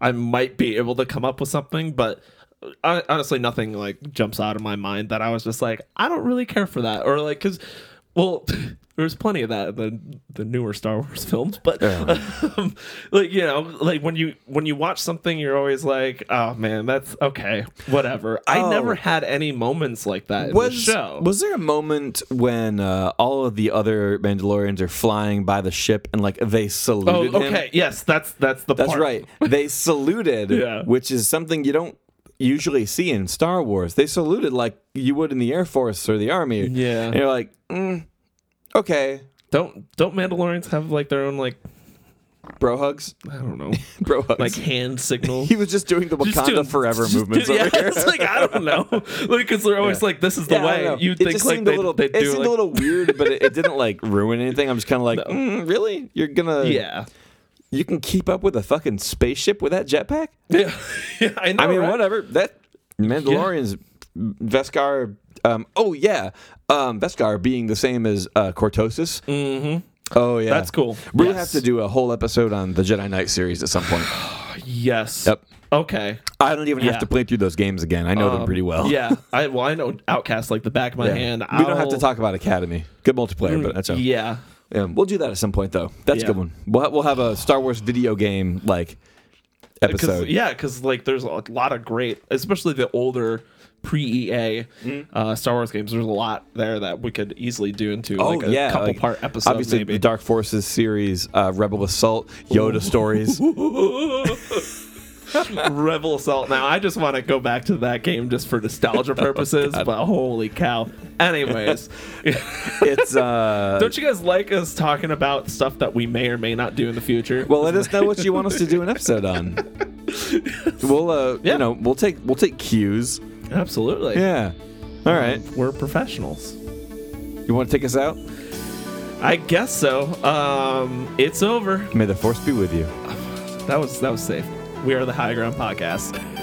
[SPEAKER 2] I might be able to come up with something, but uh, hon- honestly, nothing like jumps out of my mind that I was just like, I don't really care for that, or like, cause, well, <laughs> there was plenty of that in the the newer Star Wars <laughs> films, but um, like you know, like when you when you watch something, you're always like, oh man, that's okay, whatever. I
[SPEAKER 1] Oh.
[SPEAKER 2] never had any moments like that in
[SPEAKER 1] was
[SPEAKER 2] the show.
[SPEAKER 1] was there a moment when uh, all of the other Mandalorians are flying by the ship and like they
[SPEAKER 2] Oh,
[SPEAKER 1] saluted him?
[SPEAKER 2] okay. Yes, that's that's the.
[SPEAKER 1] That's
[SPEAKER 2] part.
[SPEAKER 1] right.
[SPEAKER 2] <laughs>
[SPEAKER 1] They saluted,
[SPEAKER 2] Yeah.
[SPEAKER 1] which is something you don't usually see in Star Wars. They saluted like you would in the Air Force or the Army.
[SPEAKER 2] Yeah.
[SPEAKER 1] And you're like, mm, okay,
[SPEAKER 2] Don't don't Mandalorians have like their own like
[SPEAKER 1] bro hugs, <laughs>
[SPEAKER 2] I don't know
[SPEAKER 1] bro hugs.
[SPEAKER 2] like hand
[SPEAKER 1] <laughs>
[SPEAKER 2] signals.
[SPEAKER 1] he was just doing the Wakanda
[SPEAKER 2] Just doing-
[SPEAKER 1] Forever
[SPEAKER 2] <laughs> just
[SPEAKER 1] movements
[SPEAKER 2] do-
[SPEAKER 1] over
[SPEAKER 2] yeah,
[SPEAKER 1] here. <laughs>
[SPEAKER 2] It's like I don't know, like because they're always like this is the
[SPEAKER 1] Yeah, I don't know.
[SPEAKER 2] way you
[SPEAKER 1] It
[SPEAKER 2] think
[SPEAKER 1] just
[SPEAKER 2] like
[SPEAKER 1] seemed
[SPEAKER 2] they,
[SPEAKER 1] a little,
[SPEAKER 2] they
[SPEAKER 1] it
[SPEAKER 2] do.
[SPEAKER 1] seemed
[SPEAKER 2] like-
[SPEAKER 1] a little weird, but it, it didn't like ruin anything. I'm just
[SPEAKER 2] <laughs>
[SPEAKER 1] kind of like, mm, really? You're gonna?
[SPEAKER 2] yeah, <laughs>
[SPEAKER 1] You can keep up with a fucking spaceship with that jetpack?
[SPEAKER 2] yeah, yeah. I know.
[SPEAKER 1] I mean,
[SPEAKER 2] right?
[SPEAKER 1] whatever. That Mandalorians, Vescar. Um, oh yeah, um, Vescar being the same as uh, Cortosis. Mm-hmm. Oh yeah,
[SPEAKER 2] That's cool.
[SPEAKER 1] We
[SPEAKER 2] Yes.
[SPEAKER 1] have to do a whole episode on the Jedi Knight series at some
[SPEAKER 2] <gasps>
[SPEAKER 1] point.
[SPEAKER 2] Yes.
[SPEAKER 1] Yep.
[SPEAKER 2] Okay.
[SPEAKER 1] I don't even
[SPEAKER 2] Yeah.
[SPEAKER 1] have to play through those games again. I know them
[SPEAKER 2] Um,
[SPEAKER 1] pretty well.
[SPEAKER 2] yeah. I well I know Outcast like the back of my
[SPEAKER 1] Yeah.
[SPEAKER 2] hand.
[SPEAKER 1] we don't have to
[SPEAKER 2] I'll- Mm,
[SPEAKER 1] talk about Academy. Good multiplayer, but that's all.
[SPEAKER 2] Yeah.
[SPEAKER 1] Um, we'll do that at some point, though. That's
[SPEAKER 2] Yeah.
[SPEAKER 1] a good one. We'll, ha- we'll have a Star Wars video game like
[SPEAKER 2] because
[SPEAKER 1] episode.
[SPEAKER 2] yeah, because like there's a lot of great, especially the older pre EA
[SPEAKER 1] Mm-hmm.
[SPEAKER 2] uh, Star Wars games. There's a lot there that we could easily do into like a couple
[SPEAKER 1] Oh, like,
[SPEAKER 2] part episode.
[SPEAKER 1] Obviously,
[SPEAKER 2] maybe.
[SPEAKER 1] the Dark Forces series, uh, Rebel Assault, Yoda
[SPEAKER 2] <laughs>
[SPEAKER 1] stories.
[SPEAKER 2] Rebel Assault. Now I just want to go back to that game just
[SPEAKER 1] <laughs>
[SPEAKER 2] for
[SPEAKER 1] Oh,
[SPEAKER 2] nostalgia purposes, but holy cow! Anyways,
[SPEAKER 1] It's uh,
[SPEAKER 2] don't you guys like us talking about stuff that we may or may not do in the future?
[SPEAKER 1] well, let us know what you want us to do an episode on.
[SPEAKER 2] <laughs>
[SPEAKER 1] We'll uh,
[SPEAKER 2] Yeah.
[SPEAKER 1] you know, we'll take we'll take cues.
[SPEAKER 2] absolutely.
[SPEAKER 1] Yeah. All right.
[SPEAKER 2] We're professionals.
[SPEAKER 1] You want to take us out?
[SPEAKER 2] I guess so. Um, it's over.
[SPEAKER 1] May the force be with you.
[SPEAKER 2] That was that was safe. We are the High Ground Podcast.